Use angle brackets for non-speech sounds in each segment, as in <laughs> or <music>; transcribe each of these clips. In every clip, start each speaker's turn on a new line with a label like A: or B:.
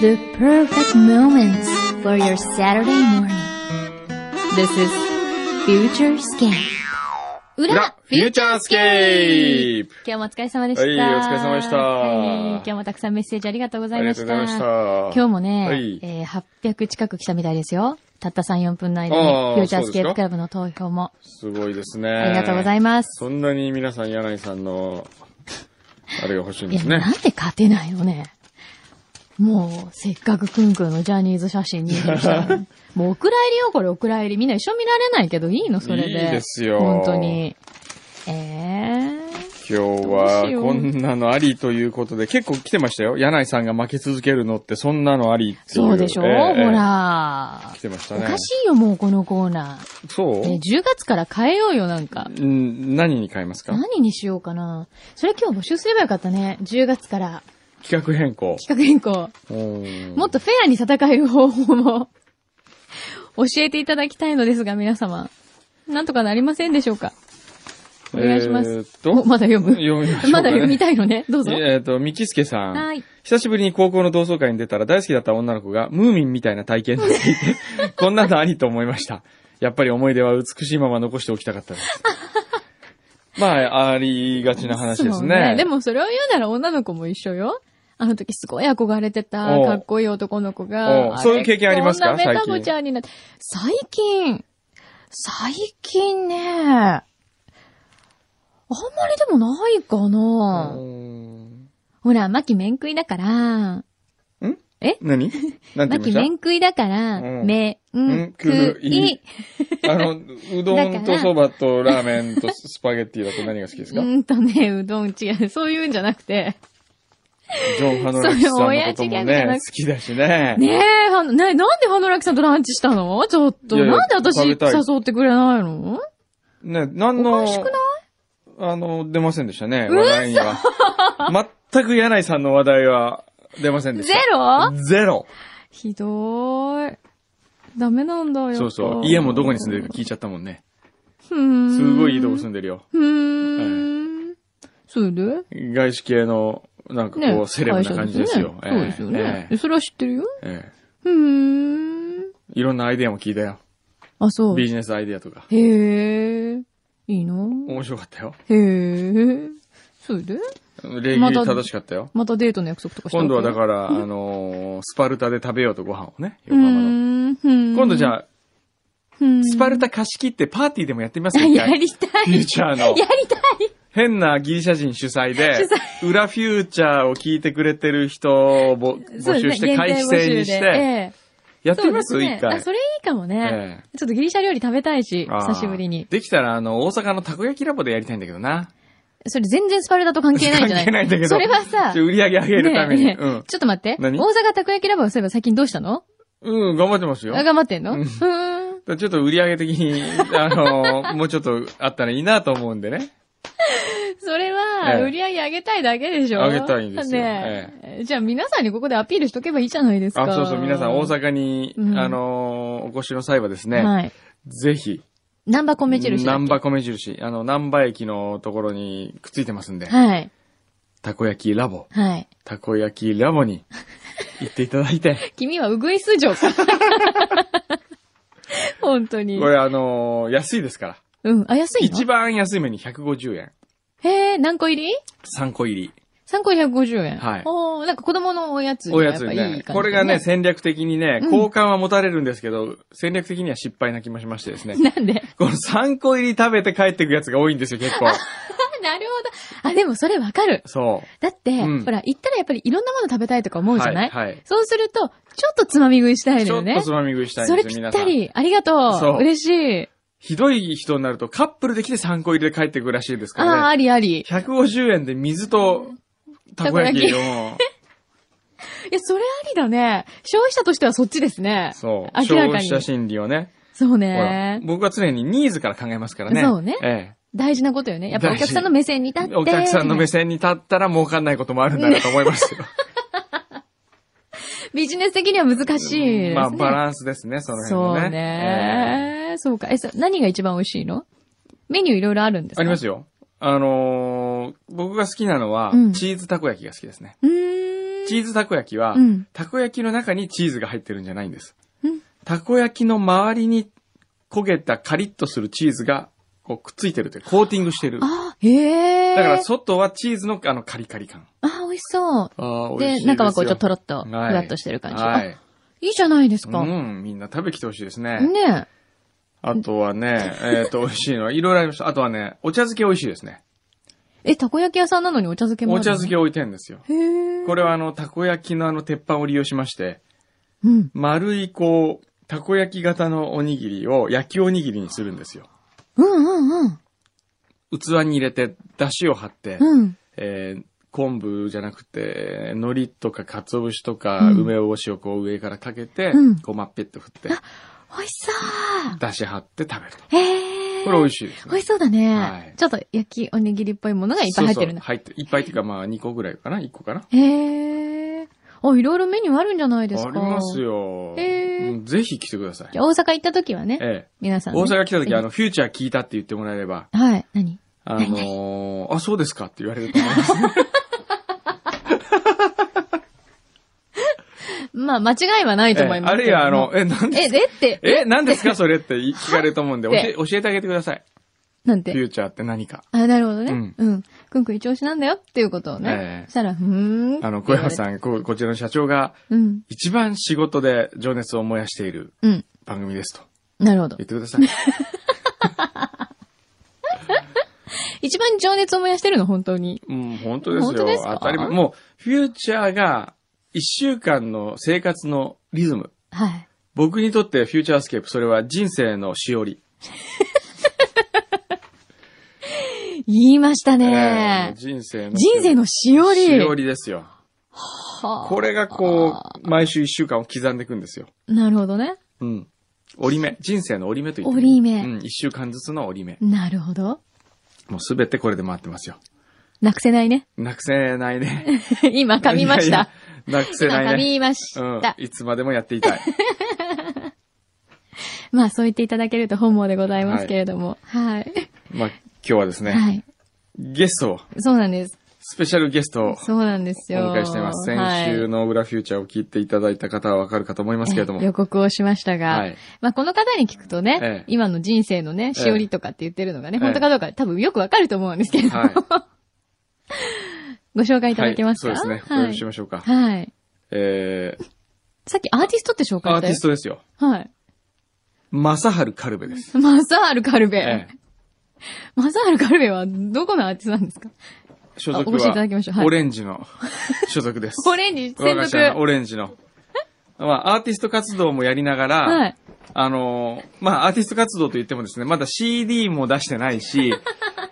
A: The perfect moments for your Saturday morning. This is Future Scan. 裏
B: 裏フューチャースケープ
A: 今日もお疲れ様でした。
B: はいお疲れ様でした
A: はい今日もたくさんメッセージありがとうござ
B: あ
A: い
B: り
A: ま
B: が
A: し
B: と
A: た。
B: うございました。
A: 今日もね、
B: はい
A: えー800近く来たみたいですよ。たった3、4分の間に、
B: あー
A: フューチャースケープ
B: そうですか
A: クラブの投票も。
B: すごいですね。
A: ありがとうござい
B: ま
A: ます。
B: そんなに皆さん、柳井さんの、あれが欲しいん
A: い
B: で
A: や、
B: す
A: な
B: ね。
A: んで勝てないのね。もう、せっかくくんくんのジャニーズ写真入手
B: <laughs>
A: したのにもう、お蔵入りよ、これ、お蔵入り。みんな一緒見られないけど、いいのそれで。
B: いいですよ
A: 本当に。ええ
B: 今日
A: どう
B: は
A: しよう
B: こんなのありということで、結構来てましたよ。柳井さんが負け続けるのってそんなのありっていう。
A: そうでしょ、
B: ええ
A: ほ。ら
B: 来。てました
A: お
B: ね。
A: かしいよ、もう、このコーナ
B: そ
A: ー。
B: う、
A: ね、10月から変えようよ、なんか。
B: うん何に変えますか
A: 何にしようかな。それ今日募集すればよかったね。10月から
B: 企画変更。
A: 企画変更。
B: うん
A: もっとフェアに戦える方法も教えていただきたいのですが、皆様。なんとかなりませんでしょうかお願いします。
B: えーっ
A: お
B: と、
A: まだ読む
B: 読みましょうかね
A: まだ読みたいのね。どうぞ。
B: えーっと、みきすけさん。
A: はい。
B: 久しぶりに高校の同窓会に出たら大好きだった女の子がムーミンみたいな体験について、
A: <laughs>
B: こんなのありと思いました。やっぱり思い出は美しいまま残しておきたかっ
A: <laughs>
B: たです。まあ、ありがちな話です
A: そう
B: ね。
A: でもそれを言うなら女の子も一緒よ。あの時すごい憧れてた、
B: おう
A: かっこいい男の子
B: お
A: が。
B: う
A: あれ
B: そういう経験ありますか
A: こんなメタ
B: 最
A: ボ
B: 近
A: ちゃんになって。最近、最近ね、あんまりでもないか
B: う
A: な。
B: ーん
A: ほら、マキ面食いだから、
B: 何なんて
A: マ
B: 言
A: キ
B: いまし
A: 麺食いだから、
B: うん
A: 麺、食
B: 食
A: い
B: い。たあの、うどんとそばとラーメンとスパゲッティだと何が好きです
A: う
B: かジ
A: んとね、うどん違う。そういうんじゃなくて。
B: ョン・ハノラキさんのこと
A: そういう親父ギャ
B: も
A: グじゃな
B: ね
A: く、
B: 好きだしね。
A: ねえ、はのね、なんでハノラキさんとランチしたのちょっと。
B: いやいや
A: なんで私
B: 食
A: 誘
B: べたい
A: ってくれないの
B: ね、何
A: おか
B: の、
A: しくない
B: あの、出ませんでしたね、
A: 嘘
B: 話題には。全く柳井さんの話題は出ませんでし
A: ゼ
B: た。
A: ロ
B: ゼロ
A: ひどーい。ダメなんだよ。
B: そうそう。家もどこに住んでるか聞いちゃったもんね。
A: ふーん。
B: すごいいいとこ住
A: ん
B: んでるよ。
A: ふーん。それで
B: 外資系の、なんか
A: ね
B: こう、セレブな感じですよ。
A: 会社ですよねそうですよね
B: え。え
A: それは知ってるよ。
B: ええ
A: ふーん。
B: いろんなアイデアも聞いたよ。
A: あ、そう。
B: ビジネスアイデアとか。
A: へえ。いいの
B: 面白かったよ。
A: へえ。それで
B: 礼儀正しかったよ。
A: またデートの約束とかした
B: 今度はだ
A: ら、
B: から、あのースパルタで食べようとご飯をね、
A: う
B: 横浜の。
A: ーん。今
B: 今度じ
A: あ、
B: ゃあ、ス
A: ス
B: パルタ貸し切ってパーティーでもやってみますか
A: <laughs>
B: 一
A: や
B: 回
A: りた
B: フュー
A: い。
B: チャーの。
A: やりたい。
B: 変なギリシャ人主催で、裏フューチャーを聞いてくれてる人をぼ募集して、会費制にして、やってみます
A: そう
B: 一、
A: ですねあ、
B: 回。
A: それいいかもね。
B: ええ
A: ちょっとギリシャ料理食べたいし、
B: あー
A: 久しぶりに。
B: できたら、あの、大阪のたこ焼きラボでやりたいんだけどな。
A: それ全然スパルタと関係ないんじゃない
B: 関係ないんだけど
A: それはさ
B: ち、ょ売り上げ上げるために。
A: ねえ
B: う
A: ねえ
B: ん。
A: ちょっと待って。大
B: 何
A: 阪たこ焼きラボはそういえば最近どうしたの
B: うん、頑張ってますよ。
A: あ頑張ってんのうーん。
B: だちょっと売り上げ的に、あ
A: <laughs>
B: の、もうちょっとあったらいいなと思うんでね。
A: それは、
B: ええ
A: 売り上げ上げたいだけでしょ
B: 上げたいんですよ
A: ねえじゃあ皆さんにここでアピールしとけばいいじゃないですか。
B: あ、そうそう、皆さん大阪に、
A: うん
B: あの、お越しの際はですね、
A: はい。
B: ぜひ、
A: ナンバ米印だっけ。
B: 南波米印、あの、南波駅のところにくっついてますんで、
A: はい。
B: たこ焼きラボ。
A: はい。
B: たこ焼きラボに行っていただ
A: <laughs>
B: いて、
A: 君はうぐいす嬢
B: <laughs>
A: か。本当に
B: こ。れあのー安いですから。
A: うん。あ、安いの
B: 一番安いメニュー150円。
A: へえ、何個入り
B: 3個入り。
A: ?3 個150円。
B: はい
A: おーなんか子供のおやつに
B: お
A: は
B: や
A: っ
B: つ
A: ぱ
B: に
A: いい感じ
B: ね。
A: だ
B: これがね、、戦略的にね、
A: うん。
B: 交換は持たれるんですけど、戦略的には失敗な気もしましてですね
A: なんで <laughs>
B: この3個入り食べて帰ってくやつが多いんですよ、結構。
A: なるほど。あ、でもそれわかる。
B: そ
A: だって、
B: うん
A: ほら、行ったらやっぱりいろんなもの食べたいとか思
B: う。
A: うじゃ
B: は
A: ない、
B: い。はい。
A: そうすると、ちょっとつまみ食いしたい
B: ち
A: の
B: ょ
A: よ
B: っ
A: ね。
B: とつまみ食いしたい
A: そ
B: ん
A: れ
B: です
A: ぴ
B: よ、
A: っ
B: 皆
A: た
B: さん。
A: り。ありがと。
B: そうう
A: 嬉しい。
B: ひどい人になるとカップルで来て3個入りで帰ってくるらしいですか
A: ああー、
B: らね。
A: ありあり。
B: 150円で水とたこ焼きを。
A: いや、それありだね。消費者としてはそっちですね。
B: <laughs> そう。
A: <laughs> 明ら
B: 消
A: か
B: 費
A: に
B: 者心理をね。
A: そう
B: ほら
A: ね。
B: 僕は常にニーズから考えますからね。
A: そうね
B: え
A: 大事なことよね。やっぱお
B: 大事
A: 客さんの目線に立って。
B: え。お客さんの目線に立ったら儲かんないこともあるんだなと思いますよ。
A: ビジネス的には難 <laughs> しいですね。
B: まあ、バランスですね、その
A: そう
B: 辺のね。ええ
A: ね。そうか。え、そ何が一番美味しいのメニューいろいろあるんですか
B: あります
A: よ。
B: よ。あのー僕が好きなのは
A: うん、
B: チーズたこ焼きが好きですね。
A: うーん。
B: チーズたこ焼きは、
A: うん
B: たこ焼きの中にチーズが入ってるんじゃないんです。
A: うん
B: たこ焼きの周りに焦げたカリッとするチーズがこうくっついてるという、コーティングしてる。だ
A: あ、へえ。
B: から外はチーズのあのカリカリ感。
A: あ、美味しそう。
B: ああ、美味
A: で
B: しいですよ。
A: 中はこうちょっととろっと、
B: はい
A: ふわっとしてる感じ。
B: はい
A: あ、いいじゃないですか。ね
B: うん、みんな食べきてほしいですね。
A: え。
B: あと
A: <laughs>
B: はね、えっ、と、美味しいのは、いろいろありました。あとはね、お茶漬け美味しいですね。
A: え、たこ焼き屋さんなのにお茶漬けもあ
B: お
A: る
B: 茶漬け置いてんですよ。
A: け。へえ。
B: これはあの、たこ焼きのあの、鉄板を利用しまして、
A: うん。
B: 丸いこう、たこ焼き型のおにぎりを焼きおにぎりにするんですよ。
A: うんうんうん。
B: 器に入れて、出汁を張って、
A: うん。
B: えー昆布じゃなくて、海苔とか鰹節とか、
A: うん
B: 梅おしをこう上からかけて、
A: うん
B: こうまっぺって振って、
A: 美味しそう。
B: 出汁張って食べると。
A: へえ。
B: これ美味しいですね。
A: 美味しそうだね、
B: はい
A: ちょっと焼きおにぎりっぽいものがいっぱい入ってるな。
B: そうそう入って、いっぱいっていうかまあ2個ぐらいかな ?1 個かな
A: へえ。あ、いろいろメニューあるんじゃないですか。
B: あります。よ。
A: へー
B: うんぜひ来てください。
A: じゃあ大阪行った時はね、
B: ええ。
A: 皆さん、ね。
B: 大阪来た
A: ぜ
B: 時、
A: ひ
B: あの、フューチャー聞いたって言ってもらえれば、
A: はい。何
B: あのー、あ、そうですかって言われると思います。
A: <laughs> まあ、間違いはないと思い
B: ええ
A: ます
B: ある
A: け
B: い
A: ども、
B: は、あの、え、なん
A: え、
B: で、
A: えって、
B: え、何ですかそれって聞かれると思うんで、
A: はって
B: 教え教えてあげてください。
A: なん
B: フ
A: て。
B: ューチャーって何か。
A: あ、なるほどね。
B: う
A: うん。くんくん一押しなんだよっていうことを
B: え
A: ね。
B: え
A: したら、ふーん。
B: あの、小山
A: ん。
B: さん、ここちらの社長が、
A: うん。
B: 一番仕事で情熱を燃やしている
A: うん。
B: 番組ですと
A: なるほど
B: 言っ。てくださ
A: <laughs>
B: い。
A: 一番情熱を燃やしてるの、本当に。
B: うん、本当ですよ。
A: 本当ですか
B: 当たり前。もう、フューチャーが、一週間の生活のリズム。
A: はい。
B: 僕にとってフューチャースケープ、それは人生のしおり。
A: 言いました
B: えー
A: ね。
B: 人生の。
A: 人生のしおり。
B: しおりですよ。
A: はあ
B: これがこう、毎週一週間を刻んでいくんですよ。
A: なるほどね。
B: うん。折り目。人生の折り目と言っても
A: 折り目
B: うん、一週間ずつの折り目。
A: なるほど。
B: もうすべてこれで回ってますよ。
A: なくせないね。 <laughs>
B: なくせないね。
A: 今 <laughs> 噛みまし
B: いや
A: た。
B: いや。なくせ
A: 今
B: な
A: 噛
B: いね。
A: みまし
B: うん
A: た。。
B: いつまでもやって
A: <laughs>
B: いたい。
A: まあ、そう言っていただけると本望でございますけれども。はい。
B: まあ、今日はですね、
A: はい。
B: ゲストを、
A: そうなんです。
B: スペシャルゲストを
A: そうなんです
B: お
A: よ。
B: 迎えしています。先週の裏フューチャーを聞いていただいた方はわかるかと思いますけれども。
A: ええ予告をしましたが、
B: はい
A: まあこの方に聞くとね、
B: ええ
A: 今の人生のね、しおりとかって言ってるのがね、本当かどうか多分よくわかると思うんですけれども、
B: はい。
A: ご紹介いただけます
B: は
A: か、
B: いそうですね。お
A: は
B: 呼び
A: い
B: し。ましょうか。
A: はい。
B: えー、
A: さっきアーティストって紹介
B: ア
A: した
B: ーティ
A: よ
B: ス。トですよ。
A: はい。
B: マサハルカルベです。
A: マサールカルベ。
B: ええ
A: マサールカルベはどこのアーティストなんですか
B: 所属
A: あお越しいただきましょうは
B: は、
A: い
B: オレンジの所属です。
A: <laughs> <laughs> オレンジ専
B: 我が社の
A: 属。
B: オレンジの。まあ、アーティスト活動もやりながら、
A: はい。
B: あのー、まあ、アーティスト活動といってもですね、まだ CD も出してない
A: <laughs>
B: し、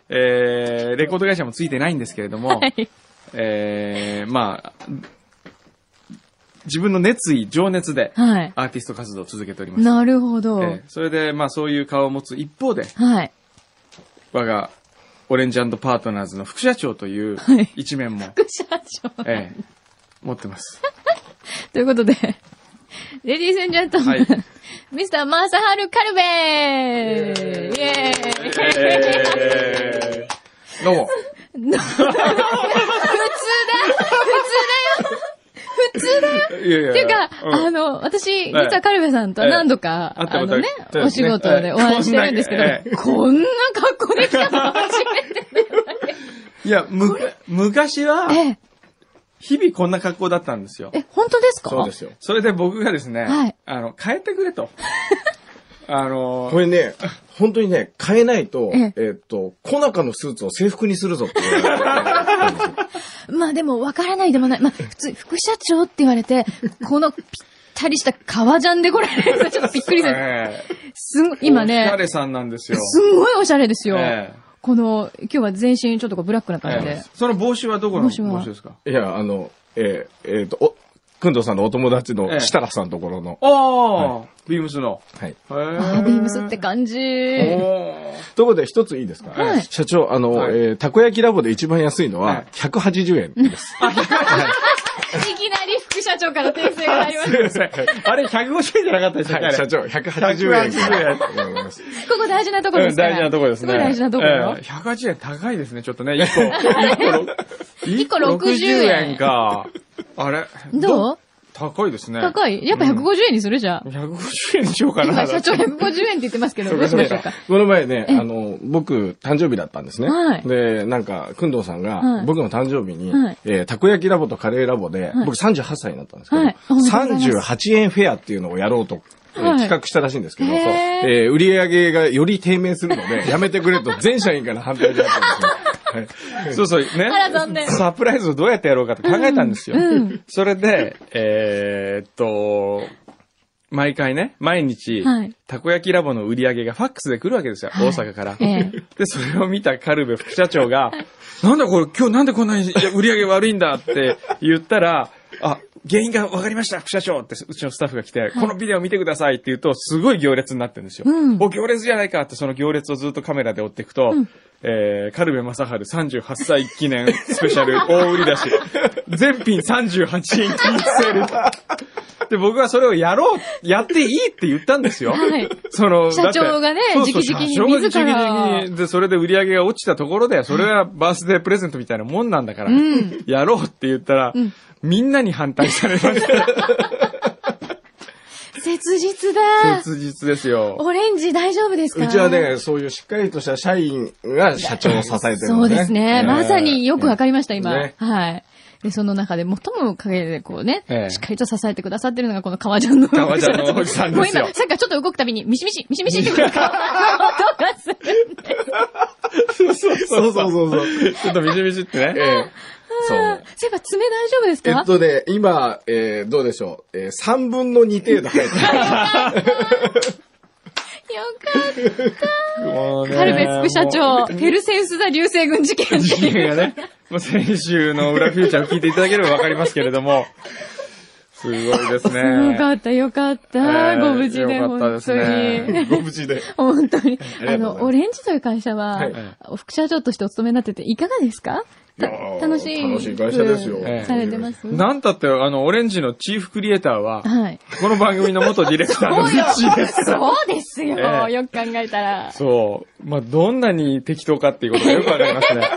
B: えー、レコード会社もついてないんですけれども、
A: はい。
B: えー、まあ、自分の熱意、情熱で、
A: はい。
B: アーティスト活動を続けております。
A: なるほど。
B: えーそれで、まあ、そういう顔を持つ一方で、
A: はい。
B: 我が、オレンジパートナーズの副社長という
A: はい
B: 一面
A: <laughs>
B: も、
A: 副社長。
B: ええ持っ
A: <laughs>
B: てます。
A: ということで、 <laughs> レディースンジェントマン、
B: はい
A: <laughs> ミスターマーサハルカルベイエーイ
B: どうも。
A: 普通だ
B: いやいや。
A: っていうか、
B: ん
A: あの、私、実
B: はい
A: はカルベさんと何度か、
B: ええ会った
A: あ
B: こと
A: の
B: あ
A: ね
B: る、そう
A: お
B: です
A: 仕
B: ね
A: 事でお会いしてるんですけど、
B: ええ
A: こんな格好で来たの初めて。
B: いや、む、昔は、
A: ええ、
B: 日々こんな格好だったんですよ。
A: え、本当ですか
C: そうですよ。
B: それで僕がですね、
A: はい
B: あの、変えてくれと。
A: <laughs>
B: あの
C: こ、
B: <laughs>
C: れね、本当にね、変えないと、
A: え
C: え
A: え
C: ーっと、コナカのスーツを制服にするぞって言われて
A: まあでも、わからないでもない。まあ、普通、副社長って言われて、このぴったりした革ジャンでこれ、ち
B: <laughs>
A: ょっとびっくりする。
B: ええ
A: すごい <laughs> 今
B: お
A: ね
B: しゃ、れさんなんですよ。
A: すんごいおしゃれですよ。
B: ええ
A: この、今日は全身ちょっとこうブラックな感じ
B: え
A: で
B: え。その帽子はどこの
A: 帽
B: 帽
A: 子は
B: 子ですか <laughs>
C: いや、あの、えーえーっと、お、くんどうさんのお友達の設楽さんのところの、
B: ああ、ビームスの。
C: はい。
B: へえ
A: あービームスって感じ。
B: おー
C: ということで一ついいですか、
A: はい
C: 社長、あの、
B: はい
C: えーたこ焼きラボで一番安いの
B: は、
C: はい180円です。
A: いきなり副社長から訂正がありまし
B: すいません。あれ、150円じゃなかったでしたっけ
C: はい、社長、180円から。
A: た。ここ大事なとこ
B: あれ
A: ろで
B: うん
A: すから。
B: 大事なとこですね。
A: ごい大事なところ
B: ええ。180円高いですね、ちょっとね。1個。1
A: 1個60円
B: か。ああれ
A: どう
B: 高いですね。
A: 高いやっぱ150円にするじゃん。
B: 150円にしようかな。
A: <laughs> 今、社長150円って言ってますけど、どうしましょうか。
C: この前ね、
A: え
C: あの、僕、誕生日だったんですね。
A: はい
C: で、なんか、くんどうさん
A: は
C: が
A: い、
C: 僕の誕生日に、
A: はい
C: えーたこ焼きラボとカレーラボ
A: は
C: で、
A: い
C: 僕38歳になったんですけど、
A: はいおめでとうございま
C: 38円フェアっていうのをやろうと、えー
A: はい
C: 企画したらしいんですけど、
A: へー
C: そうえー売り上げがより低迷する
A: <laughs>
C: ので、やめてくれと全社員から反対だったんですよ。はい
B: そうそう、ね。
A: あら残念
B: サプライズをどうやってやろうかと考えたんですよ。
A: うん
B: それで、えーっと、毎回ね、毎日、
A: はい
B: たこ焼きラボの売り上げがファックスで来るわけですよ、
A: はい
B: 大阪から。
A: ええ
B: で、それを見たカルベ副社長が、 <laughs> なんだこれ、今日なんでこんなにいや売り上げ悪いんだって言ったら、あ、原因が分かりました、副社長ってうちのスタッフが来て、このビデオ見てくださいって言うと、すごい行列になってるんですよ。
A: うん
B: お、行列じゃないかってその行列をずっとカメラで追っていくと、えー、カルベ正治38歳記念スペシャル大売り出し、全品38円金セール。で、僕はそれをやろう、やっていいって言ったんですよ。
A: はい
B: その、
A: 社長がね
B: だってそうそう
A: 直々に
B: 社長が
A: 自ら
B: 直々にで、それで売り上げが落ちたところで、それはバースデープレゼントみたいなもんなんだから、
A: うん
B: やろうって言ったら、
A: うん
B: みんなに反対されました。
A: 切実 <laughs> だ。
B: 切実ですよ。
A: オレンジ大丈夫ですか
C: うちはね、そういうしっかりとした社員が社長を支えてる
A: そうですね。まさによくわかりました、今。
C: ね
A: はい。で、その中で最も陰でこうね、
B: ええ
A: しっかりと支えてくださってるのがこの革ジャンの。
B: 革ジャンのおじさんですよ
A: もう今、さっきからちょっと動くたびに、ミシミシ、ミシミシって音がする。
C: そうそうそうそう。
B: ちょっとみじみじってね。
C: ええそう。
A: そういえば爪大丈夫です
C: え
A: か
C: っとね、今、えーどうでしょう。えー、3分の2程度入ってます。
A: よかっ
B: もうね
A: た。カルベ副社長、ペルセウス座流星群事件
B: 事件が <laughs> ね、もう先週の裏フューチャーを聞いていただければわかりますけれども、すごいですね。
A: よかった、よかった。
B: ええ
A: ご無事で、
B: よかったで
A: 本
B: す
A: 当に。
B: ね
C: ご無事で。
A: 本当に。あ
C: りがとうございます
A: の、オレンジという会社は、
C: はい
A: 副社長としてお勤めになってて、いかがですかた
C: いやー
A: 楽しい。
C: 楽しい会社ですよ
B: ええ
A: されてます
B: なんたって、あの、オレンジのチーフクリエイターは、
A: はい。
B: この番組の元ディレクターのうちです。
A: そうですよ、
B: ええ
A: よく考えたら。
B: そう。まあ、どんなに適当かっていうことがよくわかりますね。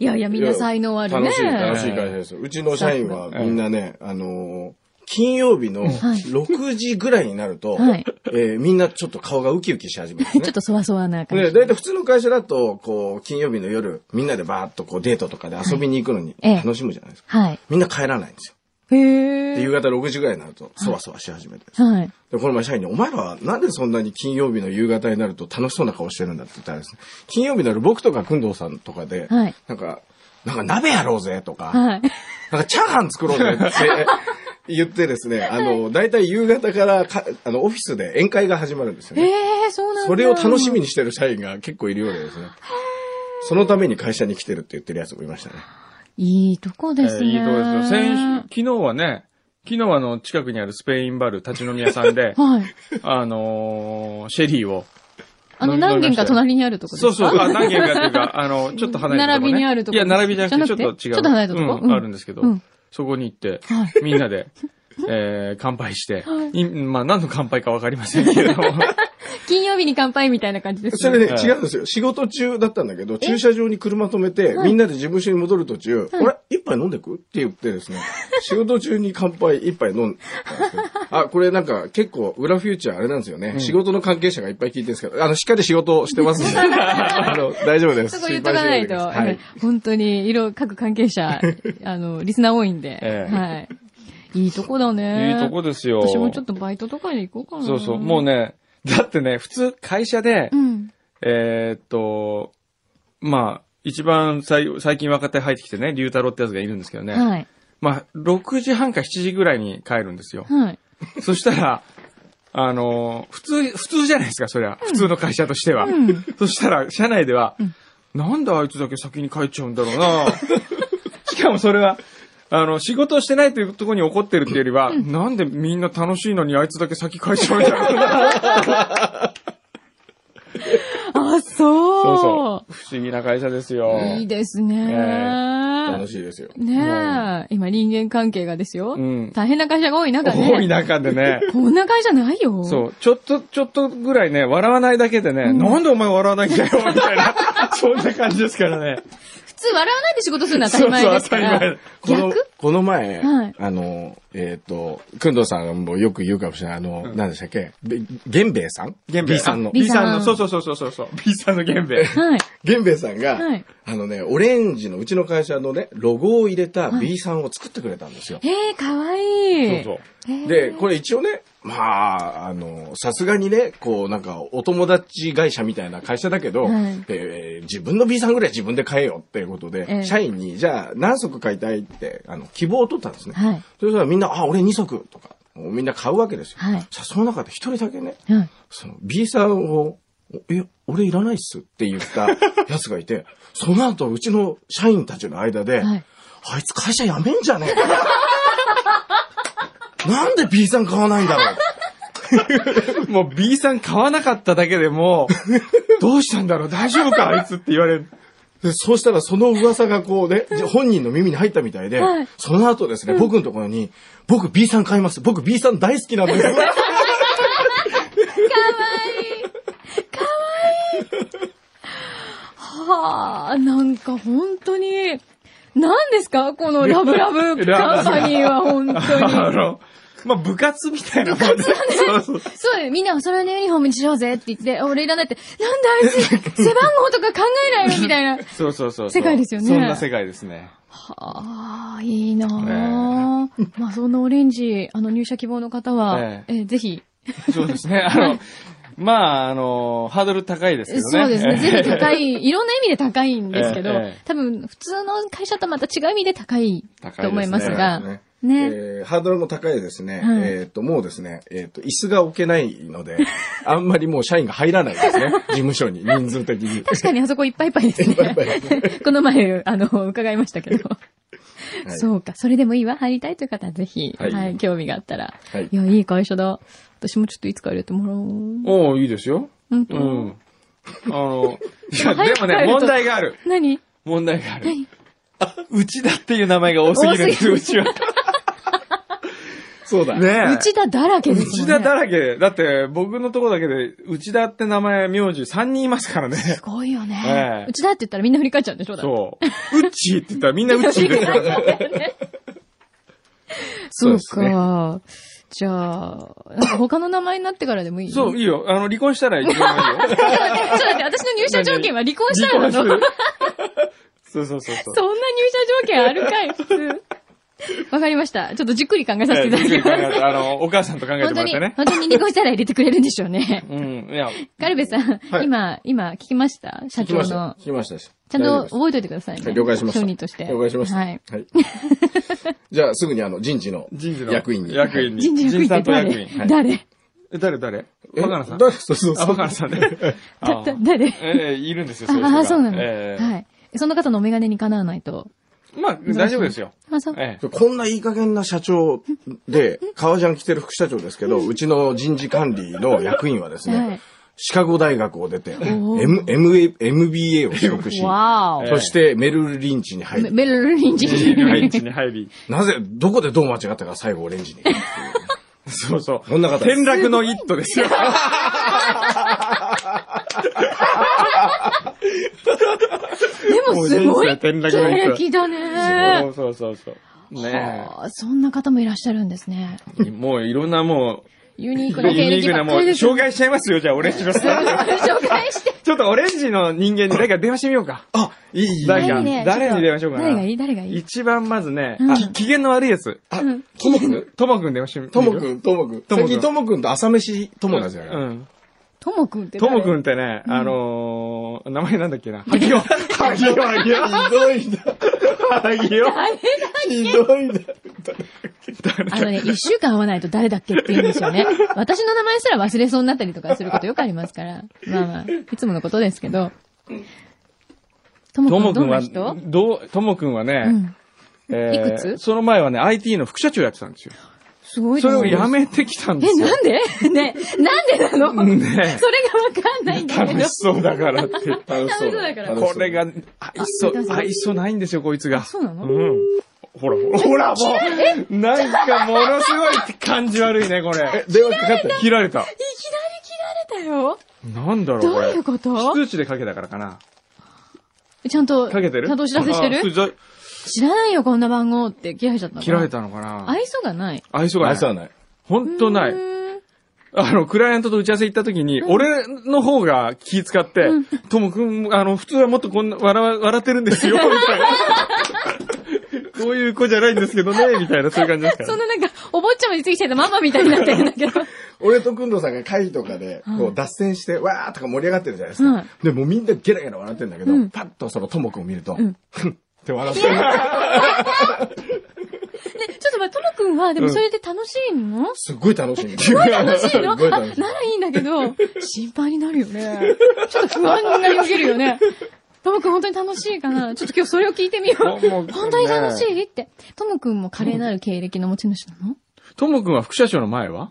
A: いやいや、みんな才能あるね
C: 楽しい、。楽しい会社ですよ。うちの社員は
B: ええ
C: みんなね、あのー金曜日の
A: はい
C: 6時ぐらいになると、
A: はい
C: えーみんなちょっと顔がウキウキし始めますね。
A: ちょっとそわそわな感じ。
C: ね、だいたい普通の会社だと、こう、金曜日の夜、みんなでバーっとこうデートとかで遊びに行くのに
A: ええ
C: 楽しむじゃないですか。
A: はい。
C: みんな帰らないんですよ。
A: へ
C: で、
A: え。
C: 夕方6時ぐらいになると、そわそわし始めて。
A: はい。
C: で、この前社員に、お前らはなんでそんなに金曜日の夕方になると楽しそうな顔してるんだって言ったらですね、金曜日の夜僕とか工藤さんとかで、
A: はい
C: なんか、なんか鍋やろうぜとか、
A: はい。
C: なんかチャーハン作ろうぜ
A: <laughs>
C: って言ってですね、あの、だいたい夕方からかあの、オフィスで宴会が始まるんですよね。
A: へえ、そうなんだ。
C: それを楽しみにしてる社員が結構いるようでですね。そのために会社に来てるって言ってるやつもいましたね。
A: いいとこです
B: え
A: ね。、
B: ーいいとこですよ。先週、昨日はね、昨日はあの、近くにあるスペインバル立ち飲み屋さんで
A: <laughs> はい。
B: あのーシェリーを。
A: あの、何軒か隣にあるとこです
B: そ
A: か
B: うそう、あ何軒かっていうか、
A: <laughs>
B: あの、ちょっと離れたとこ、
A: 並び
B: ね。
A: にあるとこ
B: いや、並びじゃなくて、
A: じ
B: ち
A: ゃ
B: ょ
A: な
B: っ
A: く
B: と
A: て
B: 違う。
A: ちょっと離れたとこ
B: う、
A: うんん
B: あるんですけど、
A: うん
B: そこに行って
A: は、
B: みん
A: <laughs>
B: なで、えー、乾杯して、
A: はい
B: いまあ、何の乾杯かわかりませんけれど
A: <laughs>
B: も、
A: 金曜日に乾杯みたいな感じです
C: <laughs> そ
A: ね。
C: れね、
B: はい
C: 違うんですよ。仕事中だったんだけど、駐車場に車止めて、みんなで事務所に戻る途中、俺、一杯飲んでくって言ってで
A: <laughs>
C: すね、仕事中に乾杯一杯飲んだんですよあ、これなんか結構、裏フューチャーあれなんですよね。仕事の関係者がいっぱい聞いてるんですけど、あの、しっかり仕事してます
A: <laughs>
C: んで、あの、大丈夫です。
A: そこ言っとかないと、
C: 心配しないでくださいはい。
A: <laughs> 本当に、いろいろ各関係者、あの、リスナー多いんで、
B: ええ
A: はい。いいとこだね。
B: いいとこですよ。
A: 私もちょっとバイトとかに行こうかな。
B: そうそう、もう
A: ね。
B: ね、だってね、普通会社で、
A: うん。
B: えーっと、まあ、一番最最近若手入ってきてね、龍太郎ってやつがいるんですけどね。
A: はい。
B: まあ、6時半か7時ぐらいに帰るんで
A: <laughs>
B: すよ。
A: はい。
B: そしたら、あのー普通、普通じゃないですか、そりゃ。普通の会社としては。
A: うん
B: そしたら、社内では、なんであいつだけ先に帰っちゃうんだろうなしかもそれは、あの、仕事をしてないというところに怒ってるっていうよりは、なんでみんな楽しいのにあいつだけ先帰っちゃうんだろうな
A: あ、 <laughs> そう。
B: そうそう。不思議な会社ですよ。
A: いいですね。
B: え
C: 楽しいですよ。
A: ねえ、今人間関係がですよ。
B: うん
A: 大変な会社が多い中ね。
B: 多い中でね。
A: こんな会社ないよ。
B: そう。ちょっと、ちょっとぐらい <laughs> ね、笑わないだけでね、なんでお前笑わないんだよ、みたいな、そんな感じですからね。
A: 普普通笑わないで仕事するのは当たり前ですから。
C: この
A: 逆、
C: この前、
A: はい
C: あの、えっ、と、くんどうさんもよく言うかもしれない。あの、
B: うん
C: 何でしたっけべ源兵衛さん
B: 玄
C: 兵衛さんの。
A: B
B: B
A: さん
B: さんの、そうそうそうそうそうそう。B さんの玄米。
A: はい。
C: 源兵衛さんが、
A: はい
C: あのね、オレンジのうちの会社のね、ロゴを入れた B さんを作ってくれたんですよ。
A: えー、かわいい。
B: そう
A: へー
C: で、これ一応ね、まあ、あの、さすがにね、こう、なんか、お友達会社みたいな会社だけど、
A: はい
C: えー自分の B さんぐらい自分で買えよっていうことで、
A: ええ
C: 社員に、じゃあ何足買いたいって、あの、希望を取ったんですね。
A: はい。
C: それからみんな、あ、俺2足とか、みんな買うわけですよ。
A: はい
C: さあその中で一人だけね、
A: はい。
C: その B さんを、おえ、俺いらないっすって言
A: <laughs>
C: ったやつがいて、その後、うちの社員たちの間で、
A: はい
C: あいつ会社辞めんじゃねえか。 <laughs> なんで B さん買わないんだろう。
B: もう B さん買わなかっただけでも、
A: <laughs>
B: どうしたんだろう大丈夫かあいつって言われる。
C: で、そうしたらその噂がこうね、じゃ本人の耳に入ったみたいで、
A: はい
C: その後ですね、僕のところに、僕 B さん買います。僕 B さん大好きなんです。
A: はあ、なんか本当に、何ですかこのラブ <laughs> ラブカンパニーは本 <laughs> 当
B: あ
A: に。
B: の、まあ、部活みたいなもんで。そうそう。
A: そうよみんなお揃いのユニフォームにしようぜって言って、俺いらないって、なんであいつ、背番号とか考えないのみたいな。 <laughs> は
B: そうそうそう。
A: 世界ですよね
B: そんな世界ですね。
A: あ、いいなあ、まあそんなオレンジ、あの入社希望の方は、
B: え
A: えぜひ、
B: そうですね。あの、まあ、あの、ハードル高いですけどね。
A: そう
B: <laughs>
A: ですね。ぜひ高い、いろんな意味で高いんですけど
B: ええええ、
A: 多分普通の会社とまた違う意味で高いと思いますが、
C: ね
A: ね。
C: えーハードルも高いですね。
A: はい
C: えっと、もうですね、えっ、と、椅子が置けないので、 <laughs> あんまりもう社員が入らないですね。事務所に、人数的に。
A: 確かにあそこいっぱいいっぱいですね。
C: いっぱいいっ
A: この前、あの、伺いましたけど。
C: はい
A: そうか。それでもいいわ。入りたいという方はぜひ、は、
C: はいい
A: 興味があったら。
C: はい
A: いや、いい会社だ。私もちょっといつか入れてもらおう。
B: おーいいですよ。
A: 本当
B: うん。あの、いや、
A: 早
B: で
A: く
B: も
A: 帰
B: ね、
A: ると
B: 問題がある。
A: 何
B: 問題がある。あうちだっていう名前が多すぎるんですよ、
A: 多
B: うちは。
C: そうだ。
B: ねえ。
A: 内田だらけですもんね。
B: 内田だらけ。だって、僕のとこだけで、内田って名前、名字3人いますからね。
A: すごいよ
B: え
A: ね。
B: え
A: 内田って言ったらみんな振り返っちゃうんでしょだって
B: そう。うっちーって言ったらみ
A: <laughs>
B: んなうっちーですからね。
A: そう
C: そうです
A: か。じゃあ、なんか他の名前になってからでもいい
B: そう、
A: ちょ
B: いいよ。あの、離婚したら一番いいよ。
A: っと待って、ちょっと待って、私の入社条件は離婚したらな
B: 離婚
A: の
B: する。そうそうそうそう。
A: そんな入社条件あるかい、普通。わかりました。ちょっとじっくり考えさせていただき
B: ええ
A: ます。
B: あの、お母さんと考えて
A: 本
B: も
A: 当
B: らっ
A: に、
B: てね。
A: 本当に離婚したら入れてくれるんでしょうね。
B: うん、いや、
A: カルベさん、
C: はい
A: 今、今聞きました社
C: 聞き
A: 長
C: ました
A: の。。
C: 聞きましたし。
A: ちゃん
C: 大丈夫
A: と
C: です
A: 覚えておいてください
C: は
A: ね。
C: い了解しました。
A: 商人として。
C: 了解しました。
A: はい。。
C: <laughs> じゃあ、すぐにあの、人事の
B: 人事の。
C: 役員に。
B: 役員に。
A: 人事役員って
B: 担当役
A: 誰
B: 員。
A: 誰
B: え誰誰
C: え
B: 若菜さん。
C: <laughs> だそうそう
B: あ、
C: そう
B: 若菜さんね。
A: <laughs> だ
B: あ
A: だ誰
B: ええ、いるんですよ、いう人が
A: ああ、そうなの。
B: ええ
A: はい。その方のお眼鏡にかなわないと。
B: まあ、大丈夫ですよ。
A: あ、そう。
B: ええ。
C: こんないい加減な社長で、革ジャン着てる副社長ですけど、うちの人事管理の役員はですね、
A: はい
C: シカゴ大学を出て、
A: おー
C: M MA MBA を取得し、
A: わー
B: え
C: そしてメルルリンチに
A: お。
C: 入
A: メ
C: り、
A: メルルリンジ。
B: 入り口に入り。 <laughs>
C: なぜ、どこでどう間違ったか最後オレンジ <laughs> に。
B: そうそう。
C: こんな方です
B: 転落の一途ですよ。
A: でもすごい
B: 転落の
A: 経歴
B: 一
A: だね。
B: 途。そうそうそうそう。ね
A: あーそんな方もいらっしゃるんですね。
B: え。もういろんなも
A: ユニーク
B: う、
A: な
B: ユ
A: 経
B: ニー
A: 歴
B: ク
A: ば
B: な
A: っ
B: も
A: か
B: う、
A: りですね
B: 紹介しちゃいますよ、じゃあ、オレンジのスタッフ。
A: <laughs> 紹介して。
B: ちょっとオレンジの人間に誰か電話してみようか。
C: あ、いい、いい。
B: 誰
A: 誰
B: か
A: にね、
B: 誰に電話しようかな
A: 誰がいい誰がいい
B: 一番まずね
A: うん、
B: き機嫌の悪いやつ。
C: あ、ともくん
B: ともくん電話してみる
C: ともくん、ともくん。
B: ともくん
C: 最近ともくんと朝飯友達だから。
B: うん。
A: ともくんって
B: と
A: 誰
B: もくんってね、あのー、名前なんだっけな。萩尾。萩尾、萩尾。
C: ひどいんだ。
B: 萩尾。
C: ひどいんだ。
A: あのね、一週間会わないと誰だっけって言うんですよね。私の名前すら忘れそうになったりとかすることよくありますから。まあまあ、いつものことですけど。と
B: と
A: もく
B: も
A: ん
B: く
A: ど
B: ん
A: んな
B: は、
A: 人
B: どう、ともくんは
A: う
B: ね、
A: ん。
B: えー
A: いくつ
B: その前はね、IT の副社長やってたんですよ。
A: すごい
B: そ
A: と
B: れ
A: 思
B: を
A: いま
B: や
A: す
B: めてきたんで
A: え、
B: すよ。
A: なんでね、なんでなの
B: ね
A: それがわかんないんだけ
B: 楽
A: ど
B: し。そうだからって。
A: 楽
C: 楽しそう
A: しそうだから
C: 楽しそう
B: これが、愛想、愛想ないんですよ、こいつが。
A: そうなの
B: うん。ほら、ほら、ほ
C: <laughs>
B: ら、もう、なんかものすごい感じ悪いね、これ。
C: 電話かかった
B: 切られた。
A: いきなり切られたよ。
B: なんだろう、
A: ど
B: こ
A: う
B: れ。
A: いうこと
B: 非通知でかけたからかな。
A: ちゃんと、
B: かけてる
A: ちゃんとお知らせして
B: あ
A: る
B: ざ
A: 知らないよ、こんな番号って切られちゃったの。
B: 切られたのかな
A: 愛想がない。
B: 愛想が
C: 愛
B: な
C: さ
B: い。
C: ない。
B: 本当な
A: う
B: い。
A: ーん
B: あの、クライアントと打ち合わせ行った時に、俺の方が気使って、ともくん、あの、普通はもっとこんな、笑、笑ってるんで
A: <laughs>
B: すよ、みたいな。こういう子じゃないんですけどね、みたいな、そういう感じですから
A: そん。ななんか、お坊ちゃまについてたママみたいになってるん <laughs> だけど。
C: 俺とくんどうさんが会議とかで、こ
A: はいう
C: 脱線して、わーとか盛り上がってるじゃないですか。
A: はい
C: で、もうみんなゲラゲラ笑ってるんだけど、
A: うん
C: パッとそのともくんを見ると、ふ
A: ん
C: んって笑ってる。
A: ね、ちょっと待って、ともくんは、でもそれで楽しいの、
C: すっごい楽しい。すごい楽
A: 楽しいのあ、
C: すごい楽しい。
A: ならいいんだけ <laughs> ど、心配になるよね。ちょっと不安がよぎるよね。ともくん本当に楽しいかなちょっと今日それを聞いてみよ
B: もうもう
A: う。本当に楽し
B: ね
A: いって。ともくんも華麗なる経歴の持ち主なの
B: ともくんは副社長の前は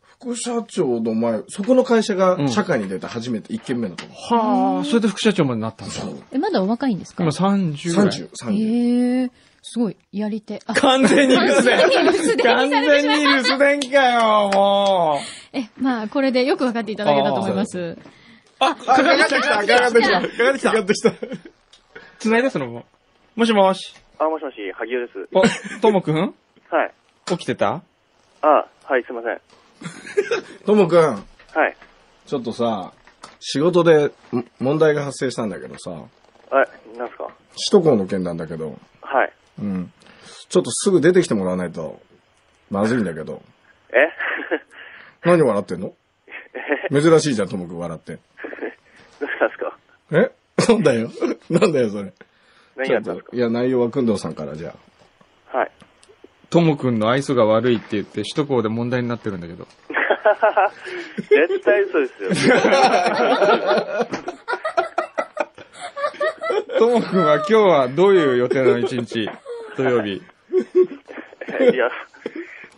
C: 副社長の前、そこの会社が社会に出た初めて1軒目のとこ。
B: はあ、それで副社長までなったんだ。
C: そう。
A: え、まだお若いんですか
B: 今30ぐらい。
C: 30、
A: え
C: 30。
A: ー、すごい、やり手。あ、
B: 完全に留守
A: 完全に留守
B: 電。
A: 電
B: 完全に留守電かよ、もう。
A: え、まあ、これでよくわかっていただけたと思います。
B: あ、かかってきた、かかってきた、かかってきた。かかってきた。繋いだ、そのも。もしもし。
D: あ、もしもし、萩尾です。
B: お、ともくん
D: はい。
B: 起きてた
D: あ、はい、すいません。
C: ともくん、
D: はい。
C: ちょっとさ、仕事でん問題が発生したんだけどさ、
D: あ、なんすか
C: 首都高の件なんだけど、
D: はい。
C: うん。ちょっとすぐ出てきてもらわないと、まずいんだけど。
D: え <laughs>
C: 何笑ってんの珍しいじゃん、ともくん笑って。
D: どうしたんすか
C: え <laughs> なんだよ。なんだよ、それ。
D: 何
C: ちょ
D: や
C: っ
D: ったんす
C: といや、内容はくんどうさんからじゃあ。
D: かはい。 <laughs>
B: ともくんの愛想が悪いって言って、首都高で問題になってるんだけど。
D: 絶対嘘で
C: <laughs>
D: すよ。
B: ともくんは今日はどういう予定なの一日土曜日。
D: いや、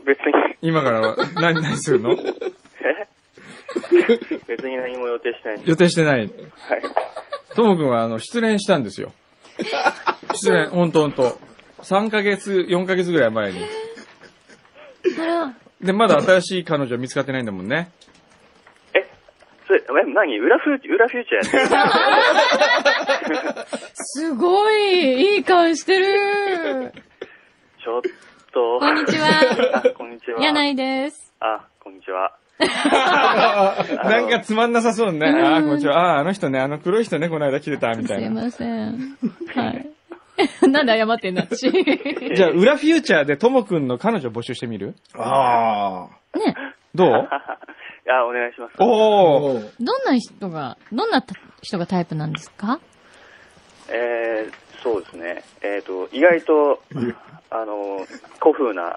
D: 別に、
B: 今からは何、何するの
D: <laughs> 別に何も予定してないんで。
B: 予定してない。
D: はい。
B: ともくんはあの、失恋したんですよ。失恋、ほんとほんと。3ヶ月、4ヶ月ぐらい前に。
A: あら、
B: で、まだ新しい彼女見つかってないんだもんね。
D: え、それ、え、何裏フューチ、裏フューチャーやってる <laughs>
A: すごい、いい顔して <laughs> る。
D: ちょっと。
A: こんにちは
D: あ、こんにちは。
A: 柳井です。
D: あ、こんにちは。 <laughs>
B: なんかつまんなさそうね。ああ、こんにちは。ああー、あの人ね、あの黒い人ね、この間来てた、み
A: す
B: た
A: い
B: いな。
A: ません。はい。 <laughs> なんで謝ってんだ、私。ね、
B: じゃあ、裏フューチャーでともくんの彼女募集してみる
C: あ
B: ど <laughs> う
D: あ、お願いします。
C: あ。
B: おお。
C: おう
A: どんな人が、どんな人がタイプなんですか
D: えー、そうですね。えっ、と、意外と、あの、古風な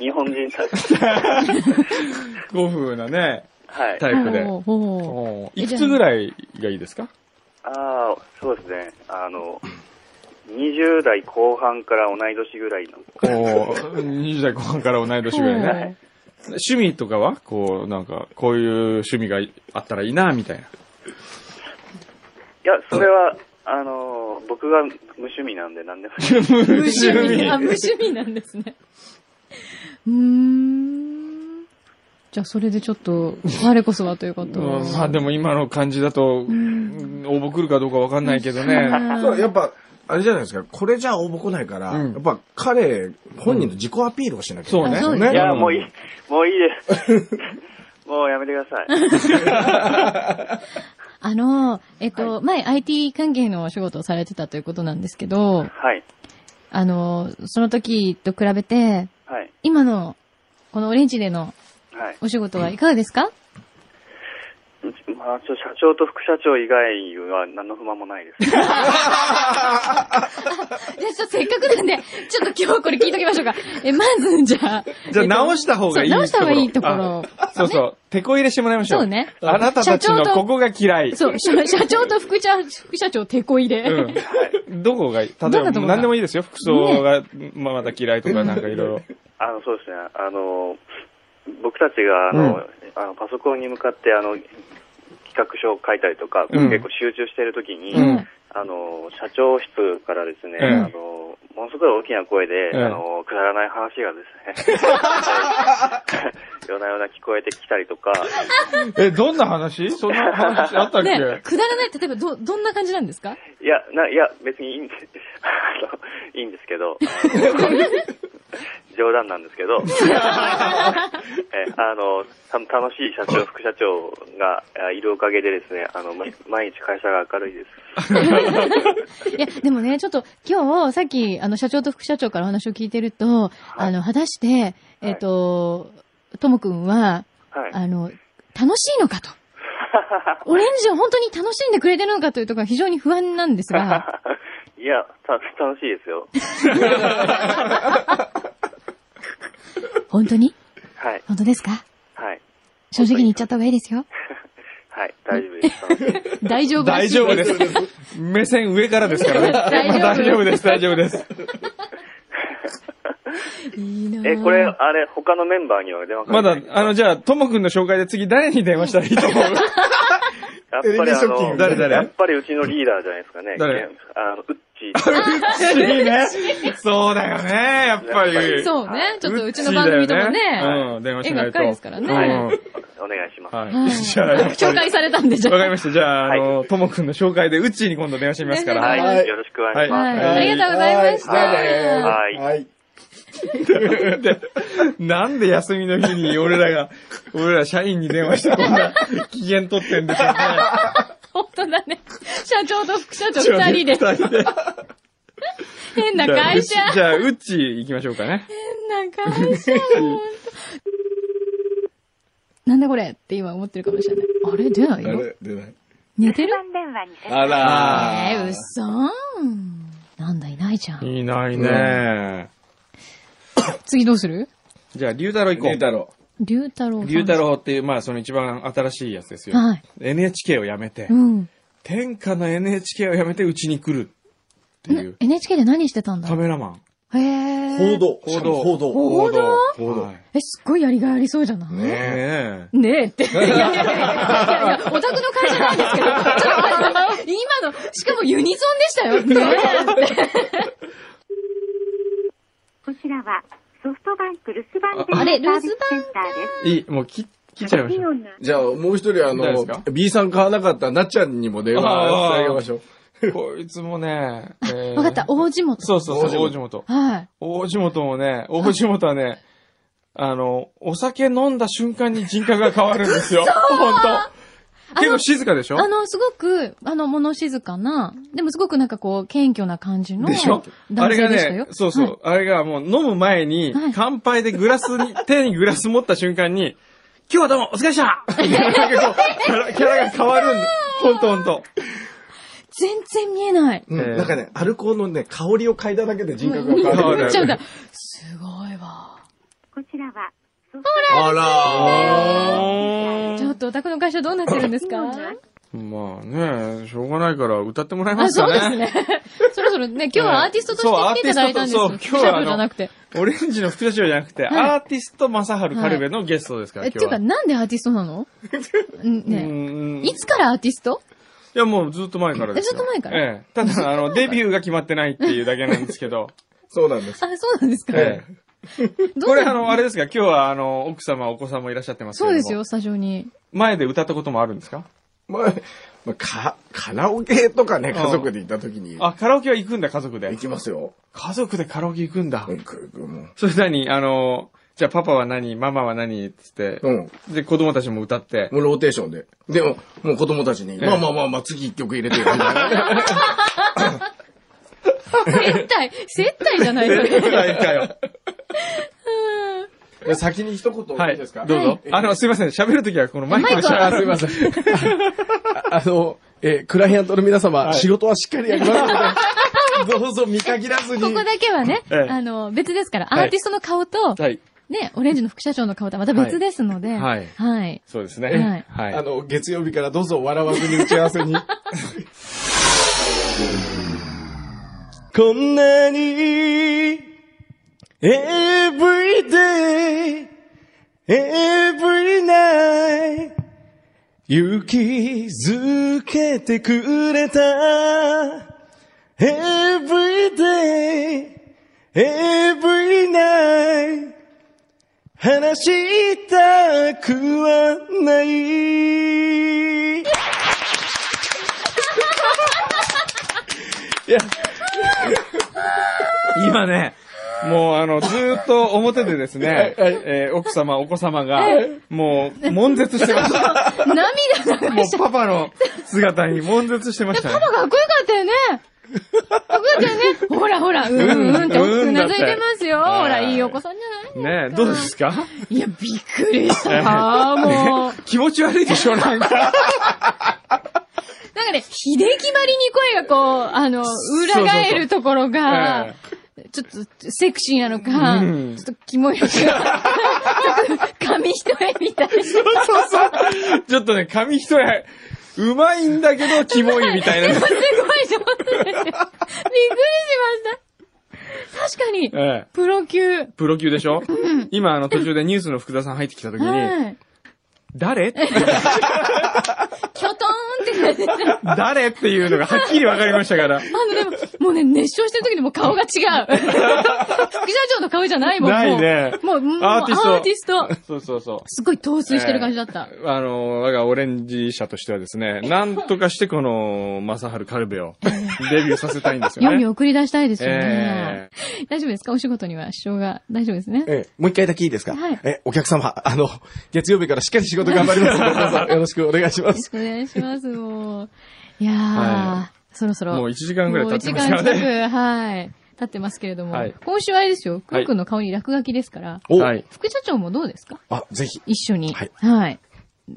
D: 日本人た <laughs> ち。
B: ご夫なね、
D: はい。
B: タイプで。
A: ほうほう
B: おーいくつぐらいがいいですか
D: ああ、そうですね。あの、20代後半から同い年ぐらいの。
B: おお20代後半から同い年ぐらいね。趣味とかはこう、なんか、こういう趣味があったらいいな、みたいな。
D: いや、それは、あの、僕が無趣味なんで何で <laughs> も。
A: 無
B: 趣 <laughs> 味
A: あ、無趣味なんですね。うーん。じゃあ、それでちょっと、我こそはということを。
B: <laughs> うんまあでも今の感じだと、うん応募来るかどうかわかんないけどね。
C: そう、やっぱ、あれじゃないですか。これじゃ応募来ないから、
B: うん
C: やっぱ彼、本人の自己アピールをしなきゃいけ
B: そう
C: ない
B: ね。
A: あそうです
D: い
A: ね
D: や、もういい、もういいです。もうやめてください。
A: あの、えっと、前 IT 関係のお仕事をされてたということなんですけど、
D: はい。
A: あの、その時と比べて、
D: はい。
A: 今の、このオレンジでの
D: はい。
A: お仕事はいかがですか
D: まあ、ちょ、社長と副社長以外は何の不満もないです。
A: じゃあ、ちょっとせっかくなんで、ちょっと今日これ聞いときまし <laughs> ょうか。え、まず、じゃあ。
B: <laughs> じゃあ
A: えっと
B: 直した方がいい
A: そう直した方がいいところ。
B: あそうそう。手こ入れしてもらいましょう。
A: そうね
B: あなたたち
A: 社
B: の
A: 長と
B: ここが嫌い。
A: そう、社社長と副社副社長、手こ入れ。 <laughs>
B: うん。どこがいい例えば
A: どんなとこが
B: 何でもいいですよ。服装が、まあ、また嫌いとかなんかいろいろ。
D: あの、そうですね。あの、僕たちが、あの、あのパソコンに向かって、あの、企画書を書いたりとか、
B: うん
D: 結構集中してるときに、
B: うん
D: あの、社長室からですね、
B: ええ
D: あの、ものすごい大きな声で、
B: ええ
D: あの、くだらない話がで
B: <laughs>
D: すね、 <laughs> 夜な夜な聞こえてきたりとか、
B: え、どんな話そんな話あったっけ、
A: ね、くだらない、例えばど、どんな感じなんですか
D: いや、な、いや、別にいいんで、 <laughs> あのいいんですけど、あの冗談なんです <laughs> けど、えあの、た楽しい社長、副社長があいるおかげでですね、あの、ま毎日会社が明るいです。
A: いや、でもね、ちょっと今日、さっき、あの、社長と副社長からお話を聞いてると、あの、果たして、えっ、と、ともくんは、
D: はい。
A: あの、楽しいのか
B: <laughs>
A: と。オレンジを本当に楽しんでくれてるのかというところが非常に不安なんですが、
B: <laughs>
D: いや、た、楽しいですよ。
A: 本当に
D: はい。
A: 本当ですか
D: はい。
A: 正直に言っちゃった方がいいです
B: <laughs>
A: よ。
D: はい。大丈夫 <laughs> です。楽しいです
A: 大丈夫らし
B: <laughs> 大
A: い
B: 丈夫です。目線上からですからね。
A: <laughs> 大丈夫
B: 大丈夫です、大丈夫です。
A: いいなぁ
D: え、これ、あれ、他のメンバーには電話か
B: ま
D: け
B: だ
D: て、
B: あの、じゃあ、ともくんの紹介で次誰に電話したらいいと思
A: <laughs>
B: う
D: やっぱりあ
C: テレビショッキン
D: の、
C: グ
B: 誰誰
D: やっぱりうちのリーダーじゃないですかね。
B: 誰
D: あの、うっ
B: <laughs>
D: ちー。
B: いいね。そうだよね、やっぱり。
A: そうね、ちょっとうちの番組ともね、
B: うん、電話しないと。
A: 絵が深いですからね
D: お願いします。
B: うん
A: は
B: はいい。じゃあ、やっぱ
A: 紹
B: り
A: 介されたんで、じゃ
B: わか
A: あ。
B: りました。じゃあ、あの、ともくんの紹介で、うっちーに今度電話しますから。
A: は
D: はいい。
C: はい
D: よろしくお願いします。
A: はい、
B: はい
A: ありがとうございました。
D: は
C: はい
D: い
C: じゃあねはい。
B: <laughs> でなんで休みの日に俺らが、俺ら社員に電話してこんな機嫌取ってんでしょうね。
A: 本当だね。社長と副社長二人で、
B: 二人で。
A: 変な会社。
B: じゃあ、うっちー行きましょうかね。
A: 変な会社。本当なんだこれって今思ってるかもしれない。あれ出ない
C: あ
A: よ
C: れ出ない。
A: 寝てる
E: 番電話に接
C: あら
A: えー、うっそーん。なんだいないじゃん。
B: いないね。
A: 次どうする
B: じゃあ、龍太郎行こ
C: 龍
B: う。
C: 太郎。
A: 龍太郎さん。
B: 龍太郎っていう、まあ、その一番新しいやつですよ。
A: はい
B: NHK を辞めて
A: う、ん。
B: 天下の NHK を辞めてうちに来るっていう
A: な NHK で何してたんだ
B: カメラマン。
A: へえ。
C: 報。道。
B: 報道。
C: 報道。
B: 報道。
C: 報道
B: はい
A: え、すっごいやりがいありそうじゃない
B: ねえ。
A: ねえって。いやいやいやいやいや、オタクの会社なんですけ
B: <laughs>
A: ど、ちょっと待って今の、しかもユニゾンでしたよ。ねえって。
E: こちらはソフトバンク留守番
A: ああれ
E: 電話サービスセンターで。
B: いい、もう切、切っちゃいますし
E: イ
B: ょう。
E: オンの
C: じゃあ、もう一人あ
B: 誰で
C: の
B: すか、
C: B さん買わなかったなっちゃんにも電話してあげましょう。
B: <laughs> こいつもね、えー
A: わかった、大地元。
B: そうそうそう、
C: 大
B: 大
C: 地
B: 地元。
A: はい。
B: 大地元もね、大地元はね、あの、お酒飲んだ瞬間に人格が変わるんですよ。本当結構静かでしょ
A: あの、すごく、あの、物静かな、でもすごくなんかこう、謙虚な感じの
B: でしょあ
A: 男
B: れ
A: 性
B: が
A: でしたよ
B: ね。、そうそう、
A: はい。
B: あれがもう飲む前に
A: はい、
B: 乾杯でグラスに、手にグラス持った瞬間
A: <laughs>
B: に、今日はどうもお疲れっしたみたいななんかこうキャラキャラが変わるんだ。ほんとほんと。
A: 全然見えない。
C: うん
B: えー
C: なんかね、アルコールのね、香りを嗅いだだけで人格が変
B: 変
C: わ
B: わ
C: る
B: る。
A: ちゃうんだ。すごいわ。
E: こちらはソフ
C: あら
A: ちょっとオタクの会社どうなってるんです
E: ト
A: か
E: バンクの
B: まあね、しょうがないから歌ってもらいま
A: あ、
B: すか
A: そう
B: ね。
A: ですね。 <laughs> そろそろね、今日はアーティストとして来ていただいたんです
B: そうア
A: よ。
B: ーティストとそう今
A: シ
B: 日
A: ャ
B: は
A: ブ
B: あの
A: じゃなくて。
B: オレンジの副社長じゃなくて、
A: はい
B: アーティスト、正春カルベのゲストですから、
A: え、っ
B: 今
A: て
B: 日
A: いう
B: は。
A: か、なんでアーティストなのん
B: う
A: ね
B: んうん
A: いつからアーティスト
B: いや、もうずっと前からです
A: えずっ
B: よ。
A: と前から
B: ええ。ただ、
A: <laughs>
B: あの、デビューが決まってないっていうだけなんですけど。
C: そうなんです。
A: あ、そうなんですか。
B: ええ。
A: ど
B: こ
A: う
B: れ、
A: な
B: あの、あれですか、今日は、あの、奥様、お子さんもいらっしゃってます
A: そ
B: けれど
A: う
B: も
A: ですよ、。スタジオに。
B: 前で歌ったこともあるんですか
C: まあ、まあ、か、カラオケとかね、家族で行った時に、行
B: あ、カラオケは行くんだ、家族で。
C: きますよ。
B: 家族でカラオケ行くんだ
C: う。ん、行く行くもう
B: それ何あの、じゃあパパは何ママは何つって
C: う。ん。
B: で、子供たちも歌って。
C: もうローテーションで。でも、もう子供たちに、まあまあまあまあ、次一曲入れてよ、みたいな。
A: 接待、接待じゃないそれ。
B: はいか <laughs> よ。
C: で先に一言
B: はい
C: い
B: い。ど
C: いで
B: う
C: すか、
B: ぞ。あの、すいません。喋るときはこのマイクでしゃ
A: マイ
B: あすいません。
C: あの、えークライアントの皆様、
B: い
C: 仕事はしっかりやりますの <laughs>
B: <laughs>
C: で、どうぞ見限らずに。
A: ここだけはね
B: ええ、
A: あの、別ですから、
B: はい
A: アーティストの顔と、
B: はい。
A: ね、オレンジの副社長の顔とはまた別ですので、
B: はい
A: はい。
B: そうですね。
A: は
B: はい。
C: あの、月曜日からどうぞ笑わずに打ち合わせに。 <laughs> こんなに、every day, every night, 勇気づけてくれた、every day,
B: Every night 話したくはない。いや、今ね、もうあの、ずーっと表でですね、えー奥様、お子様が、もう、悶絶してました。
A: 涙流
B: も
A: しち
B: う
A: ゃっ
B: パパの姿に悶絶してましたね。
A: た。かっこよかったよね。かっこよかったよね。ほらほら、うんうんってうなずいてますよ。ほ
B: うん
A: ら、いいお子さんじゃない
B: ねえ、どうですか
A: いや、びっくりした。もう。
B: 気持ち悪いでしょ、なんか。
A: なんかね、秀樹ばりに声がこう、あの、裏返るところが、ちょっとセクシーなのか、
B: うん
A: ちょっとキモいのか、ちょっと紙一重みたいな。
B: そうそう。ちょっとね、紙一重、うまいんだけど、キモいみたい
A: でも
B: な
A: <laughs> す。ごい上手ですよ。びっくりしました。確かに、
B: ええ、
A: プロ級。
B: プロ級でしょ今、あの、途中でニュースの福田さん入ってきた時
A: は
B: に、
A: い。
B: 誰って
A: キョトーンって感じで。あ
B: 誰っていうのがはっきりわかりましたから。
A: の、でも、もうね、熱唱してる時にもう顔
B: <laughs>
A: が違う。副社長の顔じゃないもん、もう
B: ないね
A: もう、もう
B: アーティスト
A: アーティスト。
B: そうそうそ
A: すごい陶酔してる感じだった。
B: う。あの、我がオレンジ社としてはですね、なんとかしてこの、正春カルベをデビューさせたいんですよ
A: 世に
B: ね。
A: 送り出したいですよ
B: え
A: ね。大丈夫ですかお仕事には支障が大丈夫ですね。
C: ええ、もう一回だけいいですか、
A: はい
C: え、お客様、あの、月曜日からしっかり仕事頑張りますので、皆
B: <laughs>
C: さんよろしくお願いしま
A: よろし
C: す。
A: くお願いします、もう。いやー、
B: は
A: そろそろ。
B: もう1時間ぐらい経ってますから
A: もう一時
B: ね。
A: 間近く、はい。経ってますけれども。
B: はい
A: 今週はあれですよ、く
B: は
A: ん
B: い
A: くんの顔に落書きですから、
C: お、
B: はい。
A: 副社長もどうですか
C: あ、ぜひ。
A: 一緒に。
C: はい
A: はい。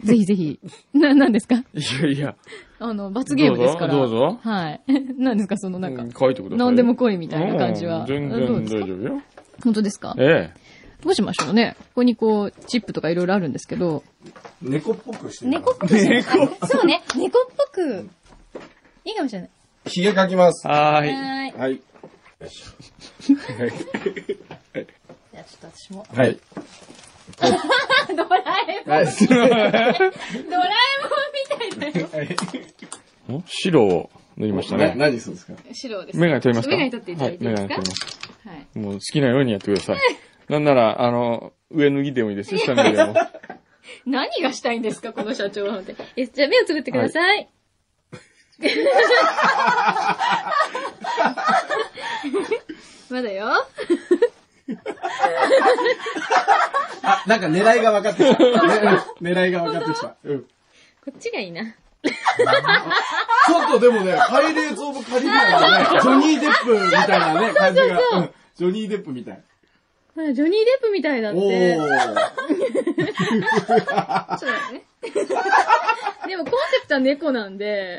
A: ぜひぜひ。な、なんですか
B: いやいや、
A: あの、罰ゲームですから。
B: どうぞどうぞ
A: はい。 <laughs> 何ですかそのなんか、
B: うん書いてください。
A: 何でも来いみたいな感じは
B: うん全
A: どう
B: 然
A: ですか
B: 大丈夫よ。
A: 本当ですか
B: ええ。
A: どうしましょうね。ここにこう、チップとかいろいろあるんですけど、
C: 猫っぽくして
A: 猫っぽくしないそうね、猫っぽく。いいかもしれない。
C: ひげ描きます。
B: はーい。
A: はーい。
C: はい。
A: じゃあちょっと私も。
C: はい。
A: ドラえもん、
C: はい。
A: ドラえもんみたいだよ。
B: お白を塗りました
C: な
B: ね。
C: 何するんですか
A: <laughs> 白です。
B: メガネ取りますか
A: メガネ取っていただいていいですか
B: はいメガネ取ります。
A: はい。
B: もう好きなようにやってください。なんなら、あの、上脱ぎでもいいですよ、下脱ぎでも。
A: 何がしたいんですか、この社長は。本当にえじゃあ目をつぶってください。 <laughs> まだよ。
C: あ、なんか狙いが分かって <laughs> きた。狙いが分かってきた。うん。
A: こっちがいいな。
C: ちょっとで <laughs> もね、パイレーツ・オブ・カリビアンのね、ジョニー・デップみたいなね、感じが。うんジョニー・デップみたい。
A: ほら、ジョニー・デップみたいだっ
C: お
A: て。
C: ー。
A: ちょっと待ってね。 <laughs> でもコンセプトは猫なんで。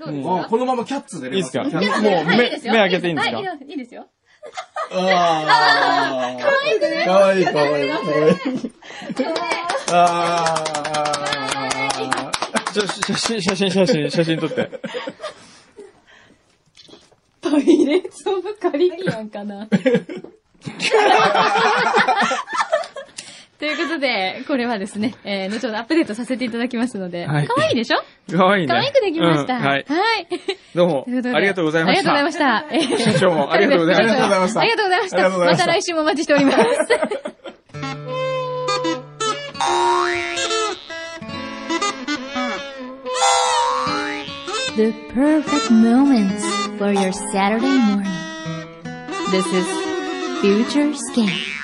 A: どうです
C: あ
A: か
C: このままキャッツで
B: いいですか
C: キャ
B: もう
C: ッツ
B: 目、
A: はいいいです
B: 目
A: よ
B: 開けていいんですか
A: ははいいいですよ。
C: 啊あー。かわいくね。かわいい、かわいい、かわいい。啊あ啊
B: ち
C: ー。
B: ょ、写真、写真、写真、写真撮って。
A: パイレーツ・オブ・カリビアンか <laughs> な。ということで、これはですね、えー、後ほどアップデートさせていただきますので、可
B: は
A: 愛
B: い
A: いでしょ
B: かわいいね。
A: 可愛くできました。
B: うんはい。
A: はい。
B: どうも
A: ということ、で
B: ありがとうございました。
A: ありがとうございました。えー
B: 社長もありがとうございました。
A: ありがとうございました。
C: ありがとうございました
A: また来週もお待ちしております。
F: The perfect moments for your Saturday morning. This is Future Scan.